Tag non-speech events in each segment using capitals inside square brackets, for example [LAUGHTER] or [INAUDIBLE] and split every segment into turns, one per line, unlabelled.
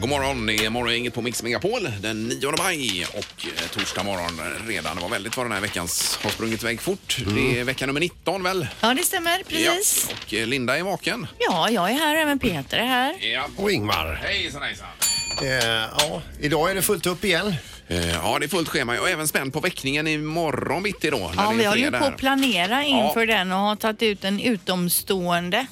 God morgon, det är Morgongänget på Mix Megapol den 9 maj och eh, torsdag morgon redan. Det var väldigt vad den här veckans har sprungit iväg fort. Det är vecka nummer 19 väl?
Ja, det stämmer. Mm. Precis.
Ja, och eh, Linda är vaken.
Ja, jag är här och även Peter är här.
Ja.
Och Ingmar.
Hejsan hejsan.
Eh, ja, idag är det fullt upp igen.
Eh, Ja, det är fullt schema. Jag är även spänd på väckningen imorgon bitti då. när
Ja,
det är
vi håller ju
fredag
på
här.
att planera inför den och har tagit ut en utomstående.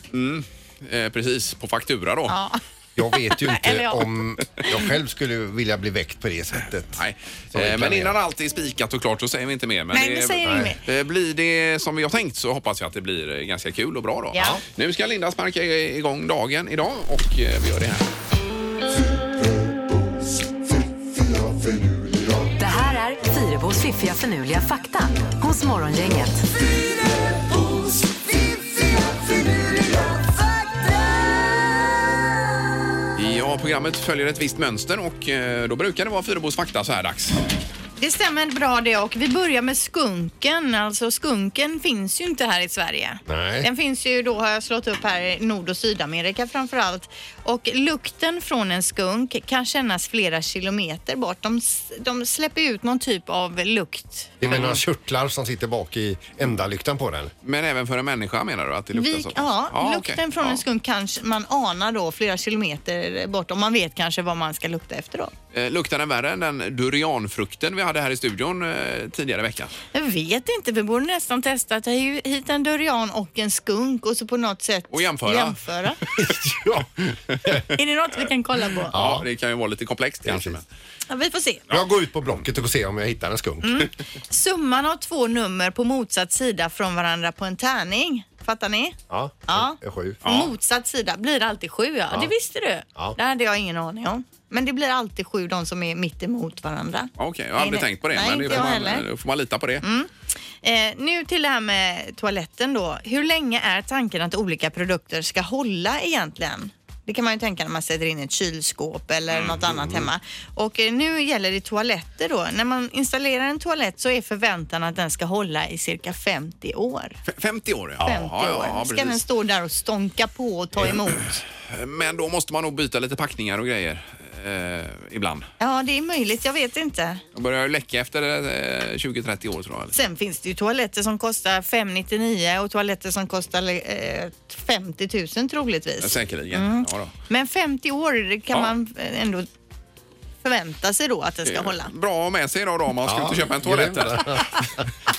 Eh, Precis, på faktura då.
Ja.
Jag
[LAUGHS]
vet ju
Eller
inte
ja.
om jag själv skulle vilja bli väckt på det sättet.
Nej.
Så vi
Eh, Men
planerar.
innan allt är spikat och klart så säger vi inte mer. Men
Nej, vi säger inget
Eh, Blir det som vi har tänkt så hoppas jag att det blir eh, ganska kul och bra då.
Ja.
Nu ska Linda sparka i- igång dagen idag och eh, vi gör det här.
Det här är Fyrabos fiffiga förnuliga fakta hos Morgongänget.
Ja, programmet följer ett visst mönster och eh, då brukar det vara Fyrebos fakta så här dags.
Det stämmer bra det och vi börjar med skunken. Alltså skunken finns ju inte här i Sverige.
Nej.
Den finns ju då, har jag slått upp här, i Nord och Sydamerika framför allt. Och lukten från en skunk kan kännas flera kilometer bort. De, s- de släpper ut någon typ av lukt.
Det är med några körtlar som sitter bak i ändalyktan på den.
Men även för en människa menar du att det luktar
Vi,
så?
ja, lukten
okej.
från
Ja.
en skunk kanske man anar då flera kilometer bort om man vet kanske vad man ska lukta efter då.
Eh, Luktar den värre än den durianfrukten vi hade här i studion eh, tidigare i veckan?
Jag vet inte, vi borde nästan testa att ta hi- hit en durian och en skunk och så på något sätt
Och jämföra.
jämföra.
Ja.
Är det något vi kan kolla på? Ja.
Ja, det kan ju vara lite komplext kanske. Men.
Precis.
vi får se.
[LAUGHS] Jag går ut på Blocket och ser om jag hittar en skunk.
Mm. Summan av två nummer på motsatt sida från varandra på en tärning. Fattar ni?
Ja,
Ja.
det är sju.
Motsatt sida blir alltid sju, ja. Det visste du.
Ja.
Det hade jag ingen aning om. Men det blir alltid sju, de som är mitt emot varandra.
Okej, jag har aldrig
Nej,
tänkt på det.
nej,
men det
inte
får
jag
man,
heller.
då får man lita på det.
Eh, nu till det här med toaletten då. Hur länge är tanken att olika produkter ska hålla egentligen? Det kan man ju tänka när man sätter in ett kylskåp eller något
Mm.
annat hemma. Och eh, nu gäller det toaletter då. När man installerar en toalett så är förväntan att den ska hålla i cirka 50 år.
F- 50 år, ja.
50
ja, ja, ja
år. Ska den
precis. Eh.
stå där och stånka på och ta emot?
Men då måste man nog byta lite packningar och grejer eh, ibland.
Ja, det är möjligt. Jag vet inte.
De börjar ju läcka efter eh, 20-30 år tror jag. eller?
Sen finns det ju toaletter som kostar 599 och toaletter som kostar eh, 50 000 troligtvis.
Ja, Säkerligen. Ja, då.
Men 50 år det kan
Ja.
man eh, ändå förvänta sig då att det ska
Eh,
hålla.
Bra att ha med sig idag då om man ska ut och köpa en toalett.
grymt.
här.
[LAUGHS]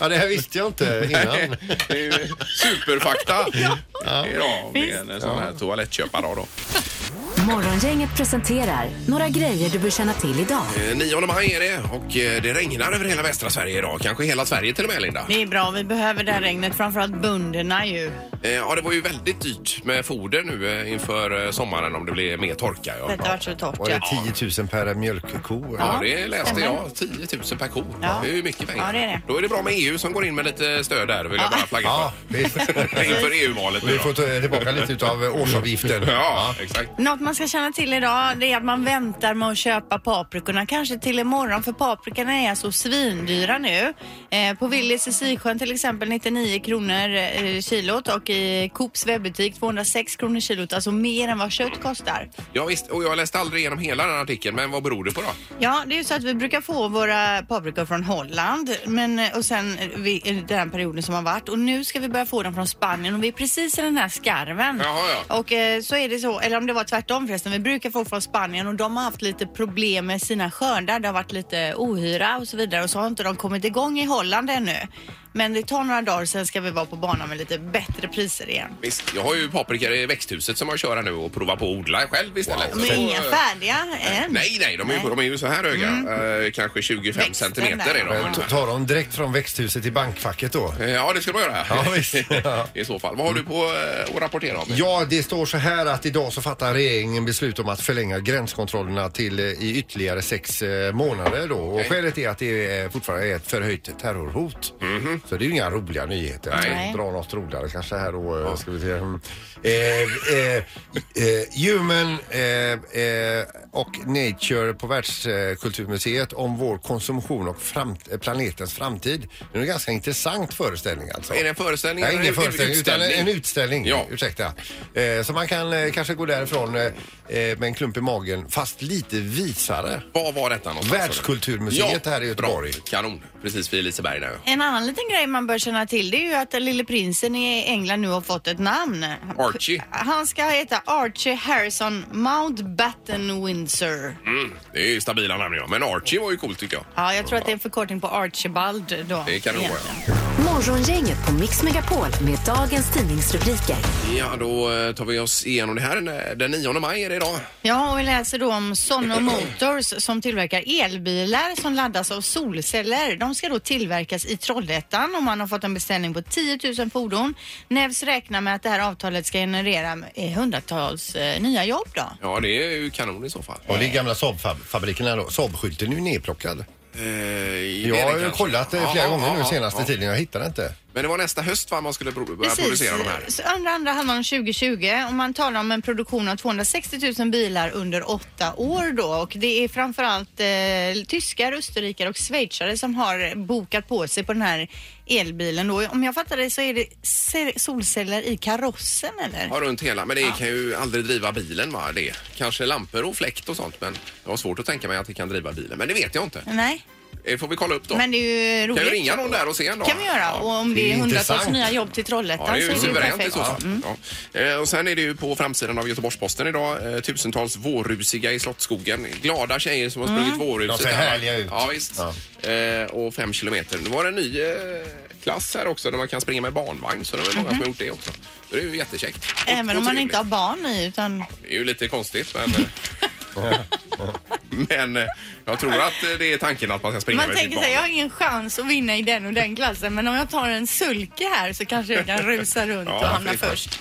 Ja, det här visste jag inte innan.
Det är ju Superfakta idag om det är en sån här toalettköpardag då.
Morgongänget presenterar några grejer du bör känna till idag.
Eh, 9 maj är det och eh, det regnar över hela västra Sverige idag. Kanske hela Sverige till och med Linda.
Det är bra, vi behöver det här regnet, framförallt bönderna ju.
Eh, Ja, det var ju väldigt dyrt med foder nu eh, inför eh, sommaren om det blir mer torka. Ja.
Detta har varit så torrt.
Var
Ja.
det 10 000 per mjölkko? eller?
Ja, det läste
stämmer.
jag. 10 000 per ko.
Ja.
Det är ju mycket pengar.
Ja, det är det.
Då är det bra med EU som går in med lite stöd där, vill jag
Ja.
bara flagga
Ja,
för.
visst.
Inför EU-valet
[LAUGHS]
nu
Vi
då.
får ta tillbaka lite av årsavgiften.
Ja, exakt.
Något man ska känna till idag det är att man väntar med att köpa paprikorna kanske till imorgon för paprikorna är så svindyra nu. Eh, på Willys i Sisjön till exempel 99 kronor eh, kilot och i Coops webbutik 206 kronor kilot, alltså mer än vad kött kostar.
Ja, visst, och jag läste aldrig igenom hela den artikeln, men vad beror det på då?
Ja, det är ju så att vi brukar få våra paprikor från Holland men, och sen eh, vi, eh, den perioden som har varit och nu ska vi börja få dem från Spanien och vi är precis i den här skarven.
Jaha, ja.
Och eh, så är det så, eller om det var tvärtom förresten, vi brukar få från Spanien och de har haft lite problem med sina skördar. Det har varit lite ohyra och så vidare och så har inte de kommit igång i Holland ännu. Men det tar några dagar sen ska vi vara på banan med lite bättre priser igen.
Visst, jag har ju paprikor i växthuset som jag kör här nu och provar på att odla själv istället.
De
Så,
är inga
eh,
färdiga än.
Nej, nej, de är, ju-
Nej. Mm.
De är ju så här höga. Eh, kanske 25
Växten
centimeter
där.
är de.
Men Eh, ta-
ungefär.
Tar de direkt från växthuset till bankfacket då?
Eh, Ja, det ska man göra.
Ja,
[LAUGHS]
visst. Ja.
I så fall. Vad har du på eh, att rapportera om?
Ja, det står så här att idag så fattar regeringen beslut om att förlänga gränskontrollerna till eh, i ytterligare sex eh, månader då. Och
Okej.
skälet är att det är fortfarande är ett förhöjt terrorhot.
Mhm.
Så det är ju inga roliga nyheter. Jag ska
Nej.
Dra något roligare kanske här då. eh, Ska vi se. Mm. Eh, eh, eh, human eh, eh, och Nature på Världskulturmuseet om vår konsumtion och framt- eh, planetens framtid. Det är en ganska intressant föreställning alltså.
Är det en föreställning
Nej,
eller
ingen
en
föreställning utan
utställning?
en utställning.
Ja.
Ursäkta. Eh, så man kan eh, kanske gå därifrån eh, eh, med en klump i magen fast lite visare.
Vad var detta någonstans?
Världskulturmuseet här i Göteborg.
Bra. Kanon. Precis vid Liseberg där.
En annan liten grej man bör känna till det är ju att den lille prinsen i England nu har fått ett namn.
Archie.
Han ska heta Archie Harrison Mountbatten Windsor.
Mm, det är ju stabila namn ja. Men Archie var ju coolt tycker jag.
Ja, jag tror att det är en förkortning på Archibald då.
Det kan det nog vara.
Egentligen.
Morgongänget på Mix Megapol med dagens tidningsrubriker.
Ja, då eh, tar vi oss igenom det här. Den 9 maj är det idag.
Ja, och vi läser då om Sono Motors som tillverkar elbilar som laddas av solceller. De ska då tillverkas i Trollhättan och man har fått en beställning på 10 000 fordon. Nevs räknar med att det här avtalet ska generera eh, hundratals eh, nya jobb då.
Ja, det är ju kanon i så fall.
Och det är gamla Saab-fabriken här då. Saab-skylten är ju nedplockad.
Eh, i det
Jag har ju
kanske.
kollat det
Ja,
flera
ja,
gånger nu
ja,
senaste
ja.
tiden. Jag hittar det inte.
Men det var nästa höst va, man skulle pro- börja
Precis,
producera de här.
så andra, andra halvan av 2020 och man talar om en produktion av 260 000 bilar under åtta år då och det är framförallt eh, tyskar, österrikare och schweizare som har bokat på sig på den här elbilen då. Om jag fattar det så är det se- solceller i karossen eller?
Ja, runt hela. Men det kan ju aldrig driva bilen va? Det. Kanske lampor och fläkt och sånt men jag har svårt att tänka mig att det kan driva bilen. Men det vet jag inte.
Nej,
Det får vi kolla upp då.
men det är ju roligt.
Kan vi ringa någon där och se en dag?
kan vi göra och om
Det
det
är
är hundratals
intressant.
nya jobb till Trollhättan
Ja, det är ju
så är det
suveränt i
perfekt. Mm.
så fall. Ja. Eh, Och sen är det ju på framsidan av Göteborgs-Posten idag eh, tusentals vårrusiga i Slottsskogen. Glada tjejer som har sprungit
Mm.
vårruset.
De ser
här, va?
härliga ut.
Ja, visst. Eh, Och fem kilometer. Det var en ny eh, klass här också där man kan springa med barnvagn så det är många som har gjort det också. Det är ju jättekäckt. Och-
Mhm. Även
och
om man
trevligt.
inte har barn i utan
Det är ju lite konstigt men...
[LAUGHS]
eh, [LAUGHS] men eh, jag tror att eh, det är tanken att man ska springa
Man
med sitt
tänker
barn.
sig, jag har ingen chans att vinna i den och den klassen men om jag tar en sulke här så kanske jag kan rusa runt
Ja,
och hamna
det är klart.
först.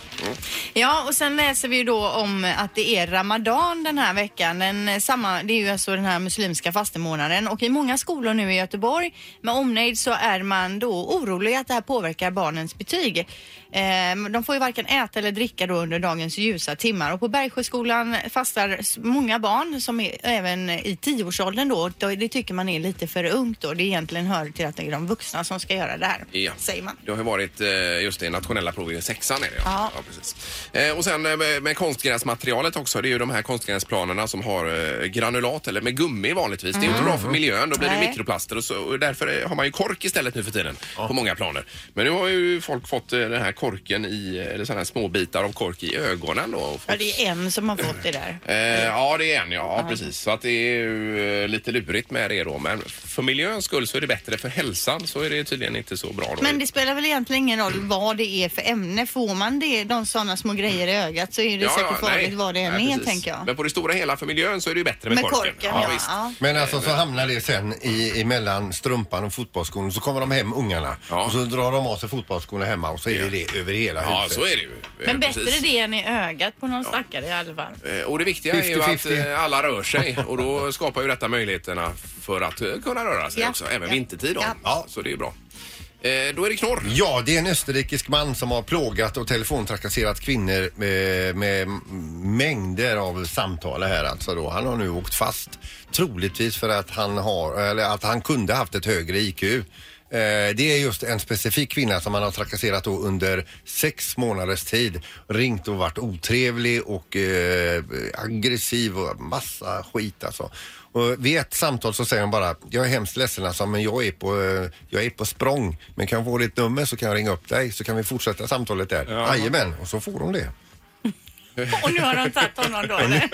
Ja, och sen läser vi ju då om att det är Ramadan den här veckan. Den, eh, samma, det är ju alltså den här muslimska fastemånaden och i många skolor nu i Göteborg med omnejd så är man då orolig att det här påverkar barnens betyg. Ehm, De får ju varken äta eller dricka då under dagens ljusa timmar och på Bergsjöskolan fastar s- många barn som är även i tioårsåldern då. Då- Det tycker man är lite för ungt då. Det egentligen hör till att det är de vuxna som ska göra det här,
Ja.
säger man.
Det har ju varit eh, just det nationella provet i sexan är det
Ja.
precis. Eh, Och sen eh, med, med konstgräsmaterialet också. Det är ju de här konstgräsplanerna som har eh, granulat eller med gummi vanligtvis. Det är ju inte bra för miljön. Då blir det
Mm. Nej.
mikroplaster och, så, och därför eh, har man ju kork istället nu för tiden på många planer. Men nu har ju folk fått eh, den här korken i, eh, eller sådana här små bitar av kork i ögonen då. Och
Ja,
fått,
det är en som har fått det där.
Eh, ja, det är en ja, ja. precis. Så att det är ju eh, lite lurigt med det då. Men för miljöns skull så är det bättre. För hälsan så är det tydligen inte så bra då.
Men det spelar väl egentligen ingen roll vad det är för ämne. Får man det, de sådana små grejer i ögat så är det säkert
nej.
farligt vad det än
Nej,
är,
precis.
tänker jag.
Men på det stora hela för miljön så är det ju bättre med,
Med korken, ja.
visst.
ja.
Men alltså så hamnar det sen i, mellan strumpan och fotbollsskon och så kommer de hem ungarna
Ja.
och så drar de av sig fotbollsskorna hemma och så är det det över hela
Ja,
huset.
så är det ju.
Men
Eh,
bättre det än i ögat på någon stackare i alla fall.
Eh, Och det viktiga är ju
50-50.
att eh, alla rör sig och då skapar ju detta möjligheterna för att eh, kunna röra sig
Ja.
också, även
Ja.
vintertid då.
Ja.
Ja. Så det är ju bra. Eh, Då är det knorr.
Ja, det är en österrikisk man som har plågat och telefontrakasserat kvinnor med, med mängder av samtal här alltså då. Han har nu åkt fast troligtvis för att han har, eller att han kunde haft ett högre IQ. Eh, Det är just en specifik kvinna som han har trakasserat då under sex månaders tid. Ringt och varit otrevlig och eh, aggressiv och massa skit alltså. Och vid ett samtal så säger hon bara, jag är hemskt ledsen alltså, men jag är, på, eh, jag är på språng. Men kan jag få ditt nummer så kan jag ringa upp dig så kan vi fortsätta samtalet där. Jajamän, och så får hon det.
Och nu har de tagit honom
[LAUGHS]
då eller?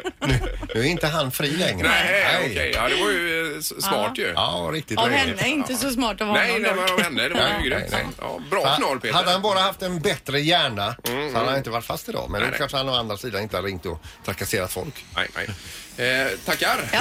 Nu är inte han fri längre.
Nej, okej. Ja, det var ju eh, s- smart ju.
Ja, riktigt
Av
löjligt.
henne, inte så smart av honom
Nej, nej,
dock.
men vad hände? Det var ju
Nej,
grymt.
nej, nej.
Ja, Bra knorr, Peter. Mm,
Hade han bara haft en bättre hjärna Så han har inte varit fast idag. Men
Nej,
då
nej.
kanske han å andra sidan inte har ringt och trakasserat folk.
Nej, nej. Eh, tackar.
Ja.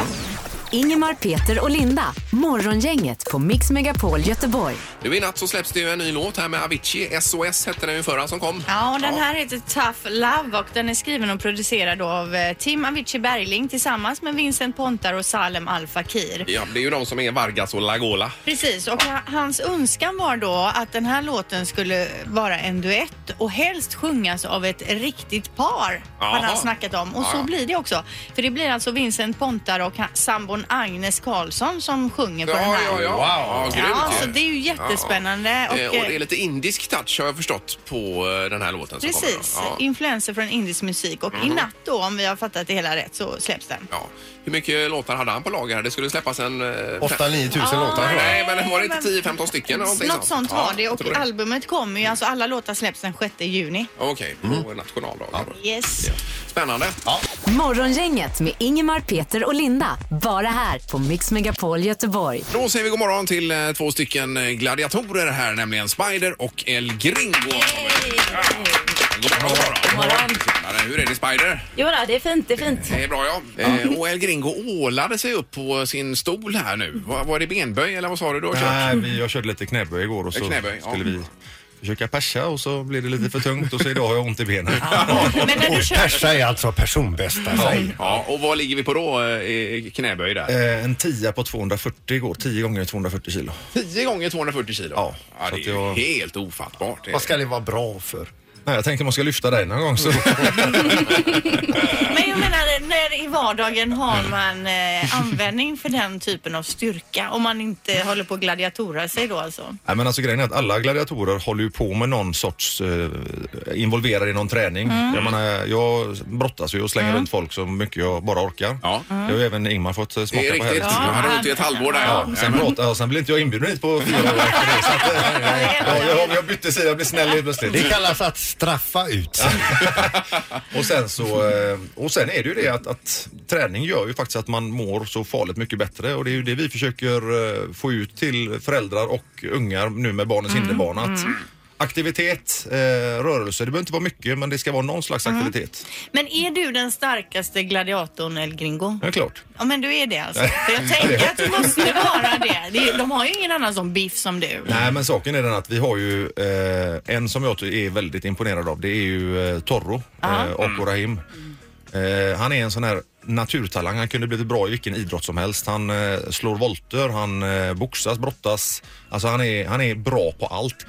Ingemar, Peter och Linda. Morgongänget på Mix Megapol Göteborg.
Nu i natt så släpps det ju en ny låt här med Avicii. SOS hette den ju förra som kom.
Ja, och den här heter Tough Love och den är skriven och producerad av eh, Tim Avicii Bergling tillsammans med Vincent Pontar och Salem Al Fakir.
Ja, det är ju de som är Vargas och Lagola.
Precis, och ha- hans önskan var då att den här låten skulle vara en duett och helst sjungas av ett riktigt par,
Jaha.
har han snackat om. Och
Ja, ja.
så blir det också. För det blir alltså Vincent Pontar och ha- sambon Agnes Karlsson som sjunger på den här.
Wow, ja, grymt
Ja,
ju.
så det är ju jättespännande.
Ja. Eh,
Och,
och det är lite indisk touch har jag förstått på eh, den här låten som
Precis,
kommer. Ja. Mhm.
influenser från indisk musik och i natt då om vi har fattat det hela rätt så släpps den.
Ja. Hur mycket låtar hade han på lager? här? Det skulle släppas en... eh, fem-
8-9 tusen
Ja,
låtar tror jag.
Nej, men var det inte 10-15 stycken? eller någonting
Något sånt var
Ja,
det
jag
och
tror
albumet kommer ju, alltså alla låtar släpps den 6 juni.
Okej, på
Mm.
nationaldagen. då.
Yes.
Ja. Spännande. Ja.
Morgongänget med Ingemar, Peter och Linda. Bara här på Mix Megapol Göteborg.
Då säger vi god morgon till eh, två stycken eh, gladiatorer här, nämligen Spider och El Gringo. Ja. God morgon, god morgon. Tjenare, Hur är det Spider?
Jo, då, det är fint, det är fint.
Det är bra ja. Eh, och El Gringo ålade sig upp på sin stol här nu. Var, var det benböj eller vad sa du då?
Nej, vi, jag körde lite knäböj igår och så
Knäböj, ja.
skulle vi försöka persa och så blev det lite för tungt och så idag har jag ont i
[LAUGHS]
benen.
Men när du kör,
Persa är alltså personbästa. säg.
Ja, och vad ligger vi på då? eh, i Knäböj där?
Eh, En tia på 240 igår, 10 gånger 240 kilo.
10 gånger 240 kilo?
Ja, så
det är
att
ju
jag-
helt ofattbart.
Vad ska det vara bra för?
Nej, jag tänkte man ska lyfta dig någon gång
[LAUGHS]
så.
men jag menar, när i vardagen har man eh, användning för den typen av styrka om man inte håller på att gladiatora sig då alltså.
Nej, men alltså grejen är att alla gladiatorer håller ju på med någon sorts eh, involverad i någon träning.
Mm.
Jag menar, jag brottas ju och slänger runt folk så mycket jag bara orkar.
Ja.
Det har ju även Ingmar fått eh,
Det
smaka
är
på
riktigt.
här.
Jag hade ont i ett halvår där.
Ja,
Ja.
sen, pratar, ja, sen blir inte jag inbjuden hit på fyra år efter det. Så
[LAUGHS]
att, eh, jag, jag, jag bytte sida, jag blev snäll helt plötsligt.
Det kallas att straffa ut sig.
Och sen, så, eh, och sen är det ju det att, att träning gör ju faktiskt att man mår så farligt mycket bättre och det är ju det vi försöker eh, få ut till föräldrar och ungar nu med Barnens hinderbana. Att Aktivitet, eh, rörelse, det behöver inte vara mycket men det ska vara någon slags aktivitet.
Men är du den starkaste gladiatorn El Gringo?
Det är klart.
Ja men du är det alltså. För jag tänker att du måste vara det. Det är- De har ju ingen annan som biff som du.
Nej men saken är den att vi har ju eh, en som jag ty- är väldigt imponerad av. Det är ju eh, Torro eh, och Rahim. Eh, han är en sån här naturtalang. Han kunde blivit bra i vilken idrott som helst. Han eh, slår volter, han eh, boxas, brottas. Alltså han är, han är bra på allt.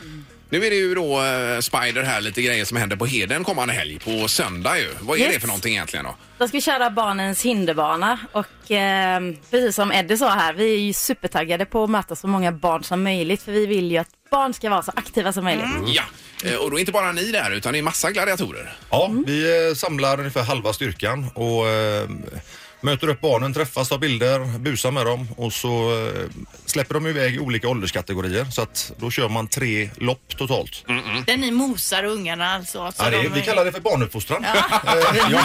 Nu är det ju då eh, Spider här, lite grejer som händer på Heden kommande helg, på söndag ju. Vad är
Yes.
det för någonting egentligen då?
Då ska vi köra barnens hinderbana och ehm, precis som Eddie sa här, vi är ju supertaggade på att möta så många barn som möjligt för vi vill ju att barn ska vara så aktiva som möjligt.
Ja, eh, och då är inte bara ni där utan det är massa gladiatorer.
Ja, vi eh, samlar ungefär halva styrkan och eh, möter upp barnen, träffas, tar bilder, busar med dem och så eh, släpper de iväg i olika ålderskategorier. Så att då kör man tre lopp totalt.
Där ni mosar ungarna alltså. Så
Ja, det,
de-
vi kallar det för barnuppfostran. Eh, ja.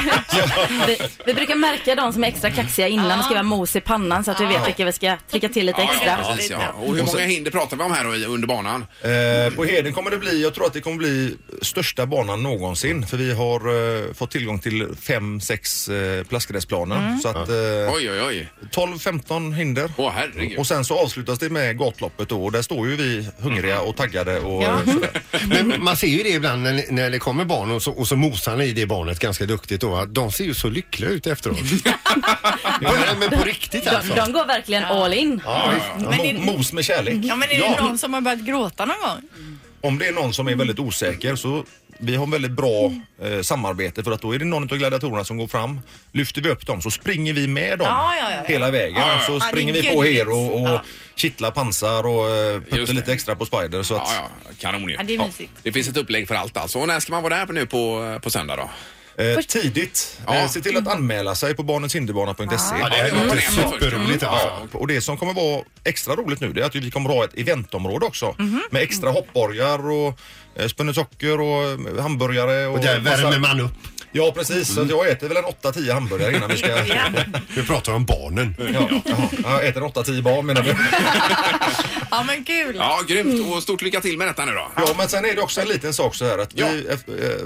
[LAUGHS] Vi, vi brukar märka de som är extra kaxiga innan och skriva mos i pannan så att vi vet vilka vi ska trycka till lite extra.
precis, ja. Och hur många hinder pratar vi om här då i- under banan?
[LAUGHS] Eh, på Heden kommer det bli, jag tror att det kommer bli största banan någonsin för vi har eh, fått tillgång till fem, sex eh, plastgräsplaner.
Mm.
Så att eh,
Oj, oj, oj.
12-15 hinder.
Åh, herregud.
Och sen så avslutas det med gatloppet då och där står ju vi hungriga och taggade och
Ja.
sådär.
Men man ser ju det ibland när, när det kommer barn och så, och så mosar ni det barnet ganska duktigt då. att De ser ju så lyckliga ut [LAUGHS] efteråt. ja, men på riktigt
De,
alltså.
de går verkligen all in.
Mo- Mos med kärlek.
Ja men är det någon som har börjat gråta någon gång?
Om det är någon som är väldigt osäker så vi har väldigt bra eh, samarbete för att då är det någon av gladiatorerna som går fram. Lyfter vi upp dem så springer vi med dem
Ja, ja, ja, ja.
hela vägen.
ja.
Så
det är
springer vi på
gulligt.
er och, och
Ja.
kittlar pansar och eh,
Just
putter
det.
lite extra på Spider. Så att,
Ja, ja, kanon ju.
Ja, det är mysigt.
Det finns ett upplägg för allt alltså. Och när ska man vara där på nu på, på söndag då?
eh, tidigt,
Ja.
eh, se till att anmäla sig på barnenshinderbana.se.
Ja, det här
Mm.
var superroligt alltså.
E. Ja, och det som kommer vara extra roligt nu det är att vi kommer ha ett eventområde också
Mhm.
med extra hoppborgar och eh, spunnesocker och eh, hamburgare. Och,
Och där
massa-
värmer man upp.
Ja precis, så att jag äter väl en 8-10 hamburgare innan vi ska...
[LAUGHS]
Ja.
Nu pratar om barnen.
Ja, jaha. jag äter 8-10 barn menar du?
Ja men kul.
Ja, grymt. Och stort lycka till med detta nu då.
Ja, men sen är det också en liten sak så här att
Ja.
vi eh, eh,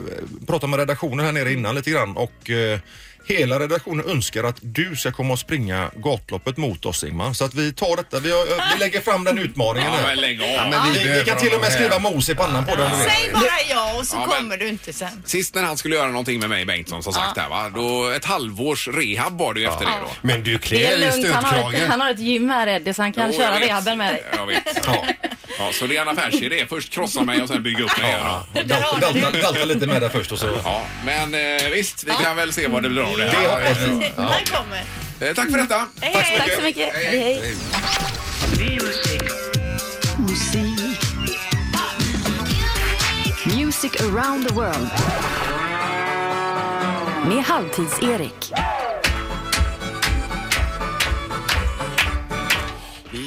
pratade med redaktionen här nere innan lite grann och eh, hela redaktionen önskar att du ska komma och springa gatloppet mot oss Ingmar. Så att vi tar detta, vi, har, eh, vi lägger fram den utmaningen
Ja,
här.
men lägg av.
men vi
Vi, vi
behöver
kan till och med
de här.
skriva mos i pannan på den.
Säg bara ja och så
Ja, men-
kommer du inte sen.
Sist när han skulle göra någonting med mig, Bengtsson, som sagt, där, va? Då, ett halvårs rehab var det ju efter det då.
Men du
Det
klär i
är lugnt, han har, ett,
stötkragen.
han har ett gym här Eddie så han kan
Jo, jag
köra
vet.
rehaben med dig.
Jag vet. Ja. Ja, så det är en affärsidé. Först krossa mig och sen bygga upp mig igen. då.
Dalta, dalta, dalta lite med där först och så.
Ja, men eh, visst, vi kan väl se vad det blir av det
Det
här.
hoppas vi.
Han kommer.
Eh, tack för detta.
Hej, hej.
Tack så mycket. Hej, hej.
Music around the world. Med Halvtids-Erik.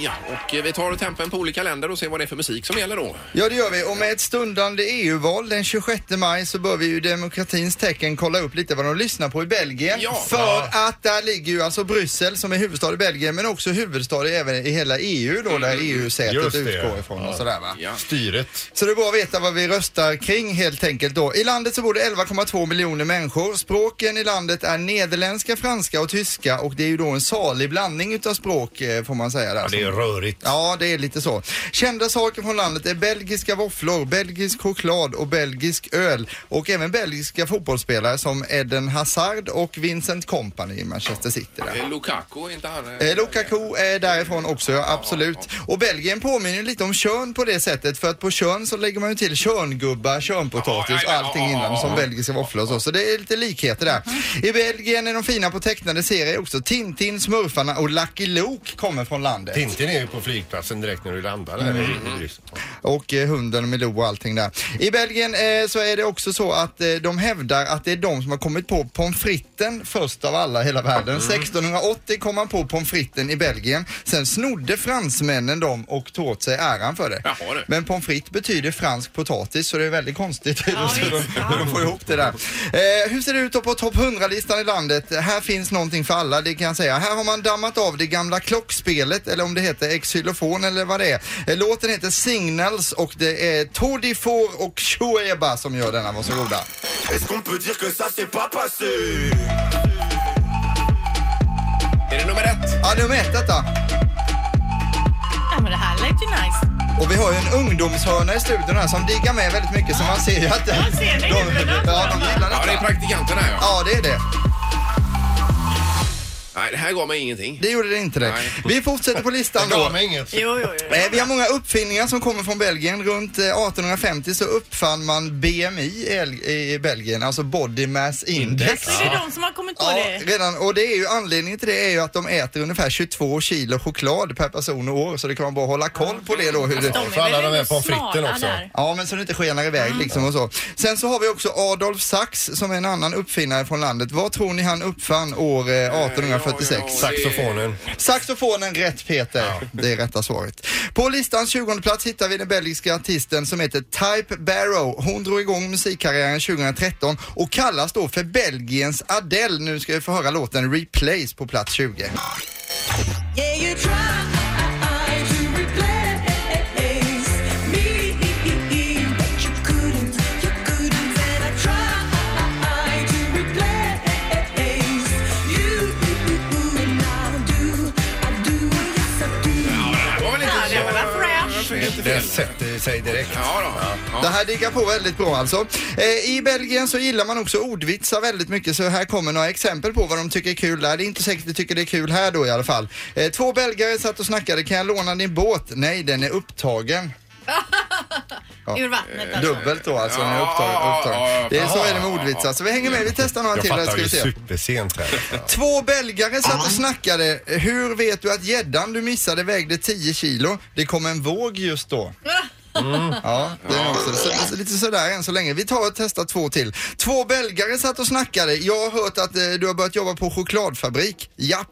Ja, och eh, vi tar tempen på olika länder och ser vad det är för musik som gäller då.
Ja, det gör vi. Och med ett stundande EU-val den 26 maj så bör vi ju i demokratins tecken kolla upp lite vad de lyssnar på i Belgien.
Ja.
För att där ligger ju alltså Bryssel som är huvudstad i Belgien men också huvudstad i- även i hela EU då där EU-sätet
Mm, Just det,
utgår
ja.
ifrån och sådär va.
Ja.
Styret.
Så det är bra att veta vad vi röstar kring helt enkelt då. I landet så bor det 11,2 miljoner människor. Språken i landet är nederländska, franska och tyska och det är ju då en salig blandning utav språk eh, får man säga där.
Ja, det är rörigt.
Ja, det är lite så. Kända saker från landet är belgiska våfflor, belgisk choklad och belgisk öl. Och även belgiska fotbollsspelare som Eden Hazard och Vincent Kompany i Manchester City. Där.
Eh, Lukaku, inte han? eh,
Eh, Lukaku är därifrån också, ja, absolut. Och Belgien påminner ju lite om Tjörn på det sättet för att på Tjörn så lägger man ju till Tjörngubbar, Tjörnpotatis och allting innan som belgiska våfflor och så. Så det är lite likheter där. I Belgien är de fina på tecknade serier också. Tintin, Smurfarna och Lucky Luke kommer från landet.
Tintin är ju på flygplatsen direkt när du landar där i- i Bryssel.
och eh, hunden Milou och allting där. I Belgien eh, så är det också så att eh, de hävdar att det är de som har kommit på pommes fritesen först av alla i hela
Mm.
världen. 1680 kom man på pommes fritesen i Belgien. Sen snodde fransmännen dem och tog åt sig äran för det.
Jaha, du.
Men pommes frites betyder fransk potatis [LAUGHS] så det är väldigt konstigt hur
Ja,
de-
visst.
hur de får ihop det där. Eh, hur ser det ut då på topp 100-listan i landet? Här finns någonting för alla, det kan jag säga. Här har man dammat av det gamla klockspelet eller om det heter exylofon eller vad det är. Eh, Låten heter Signals och det är Todi Four och Shoeba som gör denna, varsågoda.
Är det nummer ett?
Ja, nummer ett detta.
Ja, men det här lät ju nice.
Och vi har ju en ungdomshörna i studion här som diggar med väldigt mycket så man ser ju att...
Jag ser det i huvudet.
Ja, de gillar
Ja, det är
detta.
praktikanten här ja.
Ja, det är det.
Nej, det här gav mig ingenting.
Det gjorde det inte det.
Nej.
Vi fortsätter på listan
Det
då.
gav mig inget.
Jo, jo, jo.
Eh, Vi har många uppfinningar som kommer från Belgien. Runt eh, 1850 så uppfann man BMI i El- i Belgien, alltså Body Mass Index.
Så det är de som har kommit på
Ja,
det?
redan, och det är ju anledningen till det är ju att de äter ungefär 22 kilo choklad per person och år så det kan man bara hålla koll på det då. Hur det...
De
för alla
väl
de här pommes
smarta
fritesen också.
där.
Ja, men så det inte skenar iväg
Mm.
liksom och så. Sen så har vi också Adolf Sachs som är en annan uppfinnare från landet. Vad tror ni han uppfann år eh, 1846?
Ja, ja, ja.
Saxofonen.
Saxofonen rätt Peter, det är rätta svaret. På listans 20 plats hittar vi den belgiska artisten som heter Type Barrow. Hon drog igång musikkarriären 2013 och kallas då för Belgiens Adele. Nu ska vi få höra låten Replace på plats 20.
Ja, det här var väl inte
det var väl fresh.
så... Inte
Den
fel.
sätter sig direkt.
Ja, då.
Det
Ja.
här diggar på väldigt bra alltså. Eh, I Belgien så gillar man också ordvitsar väldigt mycket så här kommer några exempel på vad de tycker är kul där. Det är inte säkert de tycker det är kul här då i alla fall. Eh, två belgare satt och snackade, kan jag låna din båt? Nej, den är upptagen.
Ur vattnet alltså.
Dubbelt då alltså, den är
Ja,
upptagen. upptagen. Det är så
ja,
är det med ordvitsar. Så vi hänger med, vi testar några
Jag
till här
fattar
ska vi
ju
se.
supersent här.
Två belgare satt och snackade. Hur vet du att gäddan du missade vägde 10 kilo? Det kom en våg just då.
Mm.
Ja, det är också. Så, så, lite sådär än så länge. Vi tar och testar två till. Två belgare satt och snackade. Jag har hört att eh, du har börjat jobba på chokladfabrik. Japp.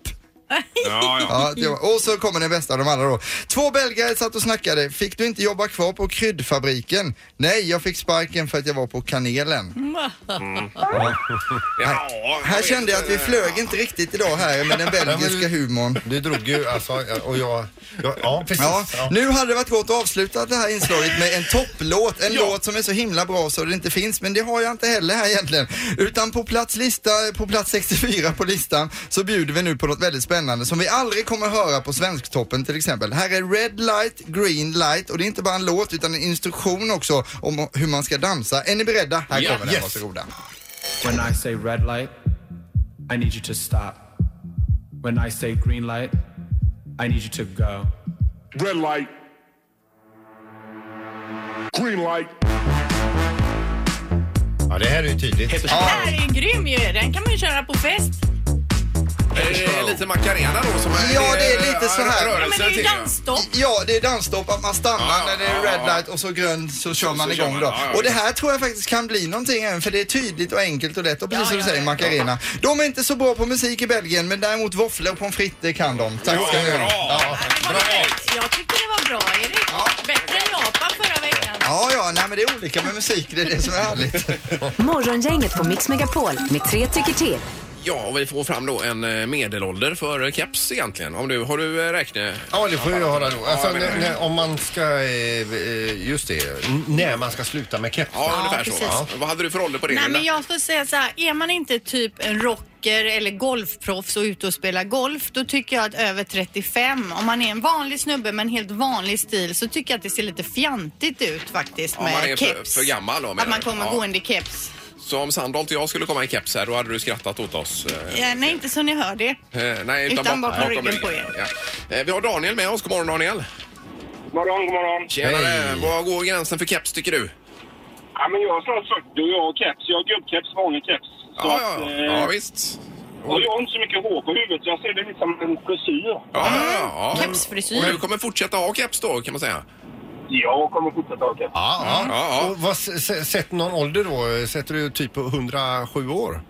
Ja, ja.
Ja, det var, och så kommer den bästa av dem alla då. Två belgare satt och snackade. Fick du inte jobba kvar på kryddfabriken? Nej, jag fick sparken för att jag var på kanelen.
ja
Här kände jag att vi flög inte riktigt idag här med den belgiska humorn.
Du drog ju alltså, och jag... jag ja, precis.
Ja,
Ja.
nu hade det varit gott att avsluta det här inslaget med en topplåt. En låt som är så himla bra så det inte finns, men det har jag inte heller här egentligen. Utan på plats, lista, på plats 64 på listan så bjuder vi nu på något väldigt spännande som vi aldrig kommer höra på Svensktoppen till exempel. Här är Red Light, Green Light och det är inte bara en låt utan en instruktion också om hur man ska dansa. Är ni beredda? Här
Ja.
kommer den,
Yes.
varsågoda.
When I say red light, I need you to stop. When I say green light, I need you to go.
Red light. Green light.
ja, det här är ju tydligt.
Ja.
Det här är ju grym ju. Den kan man ju köra på fest.
Är det lite Macarena då som är eh,
Ja, det är lite så här.
Ja, men det är ju dansstopp.
Ja, det är dansstopp, att man stannar
Ja,
när det är
ja,
red
ja.
light och så grön så kör man
Ah, så kör
igång
man.
då.
Ja, ja,
och det
visst.
här tror jag faktiskt kan bli någonting även för det är tydligt och enkelt och lätt och precis som du säger Macarena. De är inte så bra på musik i Belgien men däremot våfflor och pommes frites det kan de. Tack ska ni ha.
Bra!
Vad härligt. Jag tyckte det var bra Erik. Bättre än Japan förra veckan.
Ja, ja, nej men det är olika med musik, det är det som är
[LAUGHS]
härligt.
Morgongänget på Mix Megapol med tre tycker till.
Ja, och vi får fram då en eh, medelålder för keps egentligen. Om du, har du eh, räknat?
Ja, det får jag höra då. Alltså,
Ja, men-
när, när, om man ska... eh, eh, Just det, n- när man ska sluta med keps.
Ja, ungefär så.
precis.
Ja. Vad hade du för ålder på det?
Nej, men
Linda?
jag skulle säga så här, är man inte typ en rocker eller golfproffs och ute och spelar golf, då tycker jag att över 35, om man är en vanlig snubbe med en helt vanlig stil, så tycker jag att det ser lite fjantigt ut faktiskt
Om
med
man är för-
keps.
för gammal då, menar
Att man
du?
kommer
Ja.
gående i keps.
Så om Sandholt och jag skulle komma i keps här, då hade du skrattat åt oss. eh,
Eh, nej, inte så ni hör det.
eh, Nej, utan,
Utan bakom ryggen på
Ja. Eh, Vi har Daniel med oss. God morgon Daniel.
God morgon, god morgon.
Tjenare.
Hej.
Var går gränsen för keps tycker du?
Ja, men jag är snart 40 och jag har keps. Jag har gubbkeps, vanlig keps. Så
Ja,
att,
ja,
eh,
ja visst.
och jag har inte så mycket hår på huvudet så jag ser det lite som en frisyr.
Ja, ja, ja, ja.
Kepsfrisyr.
Och du kommer fortsätta ha keps då kan man säga?
Jag kommer fortsätta ha keps.
Ja, ja.
Ja, ja.
Och vad, s- s- sätter någon ålder då? Sätter du typ på 107 år?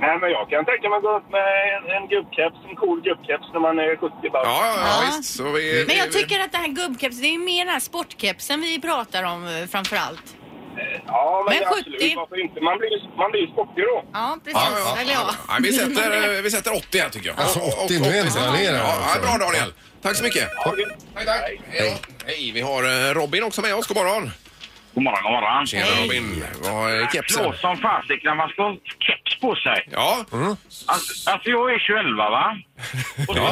Nej, men jag kan tänka mig att gå upp med en, en gubbkeps, en cool gubbkeps när man är 70
Ja,
bara.
ja, ja,
Ja.
visst. Så vi,
Men jag tycker att det här gubbkepsen, det är mer den här sportkepsen vi pratar om eh, framför allt.
Ja, men,
Men
absolut.
70.
Varför inte? Man blir ju man blir ju sportig då.
Ja, precis.
Ja, ja,
Eller ja.
Nej, vi, sätter, eh, vi sätter 80 här tycker jag.
Alltså,
Och- och-
80, nu är
80.
det ner här,
Ja,
alltså.
ja, Bra Daniel. Tack så mycket.
Ja, det-
Tack, tack. Hej. Hej, vi har eh, Robin också med oss. God morgon.
God morgon, god morgon.
Tjena Robin. Vad är kepsen?
Blå som fasiken när man ska ha keps på sig.
Ja,
Alltså, alltså jag är 21
[LAUGHS]
va? Och så,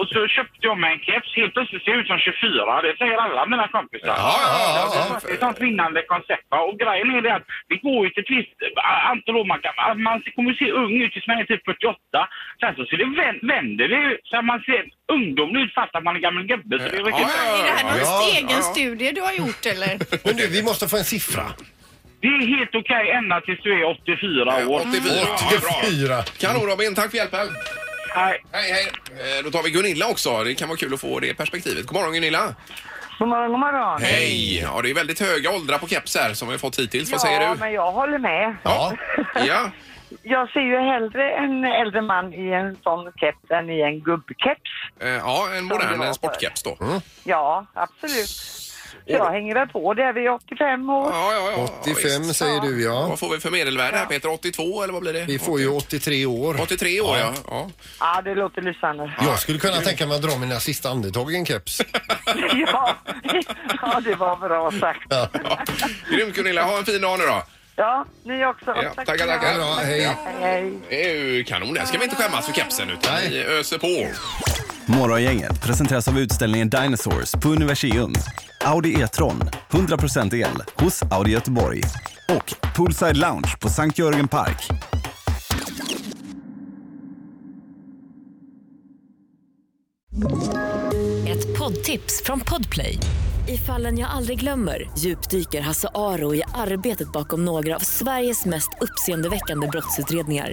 och så köpte jag mig en keps. Helt plötsligt ser jag ut som 24. Det säger alla mina kompisar.
Ja, ja, ja, ja.
Det är ett sånt vinnande koncept. va? Och grejen är det att det går ju till ett visst eh, antal år. Man, kan, man kommer ju se ung ut tills man är typ 48. Sen så ser det vän- vänder det ju, så att man ser ungdomlig ut fast att man är gammal gubbe. Så det är
Ja,
riktigt...
ja,
Är det här någon
Ja,
egen studie du har gjort
[LAUGHS]
eller?
Men du, vi måste få en siffra.
Det är helt okej ända tills du är 84 år.
84. Ja, bra.
84.
Kanon Robin, tack för hjälpen.
Nej.
Hej, hej. Eh, Då tar vi Gunilla också. Det kan vara kul att få det perspektivet. God morgon Gunilla.
God morgon, god morgon.
Hej. Ja, det är väldigt höga åldrar på keps här som vi har fått hittills. Vad säger du?
jag håller med.
Ja.
Ja.
Jag ser ju hellre en äldre man i en sån keps än i en gubbkeps.
Eh, Ja, en
det
modern
var
eh, sportkeps då.
Mm.
Ja, absolut. Så jag hänger väl på det vid 85 år.
Ja, ja, ja. ja,
85
visst.
säger du ja.
Vad får vi för medelvärde här Peter? 82 eller vad blir det?
Vi får ju 83 år.
83 år ja. ja.
Ja, det låter lysande.
Jag skulle kunna tänka mig att dra mina sista andetag i en keps.
[LAUGHS]
[LAUGHS]
Ja, ja det var bra sagt.
Grymt Gunilla, ha en fin dag nu då.
Ja, ni också.
Ja,
Tack
tackar,
ska ni ha.
tackar.
Ja, hej.
Hej, hej.
Det är ju kanon det här ska vi inte skämmas för kepsen utan
Nej.
vi öser på.
Morgongänget presenteras av utställningen Dinosaurs på Universium. Audi E-tron, 100% el, hos Audi Göteborg. Och Poolside Lounge på Sankt Jörgen Park.
Ett poddtips från Podplay. I fallen jag aldrig glömmer djupdyker Hasse Aro i arbetet bakom några av Sveriges mest uppseendeväckande brottsutredningar.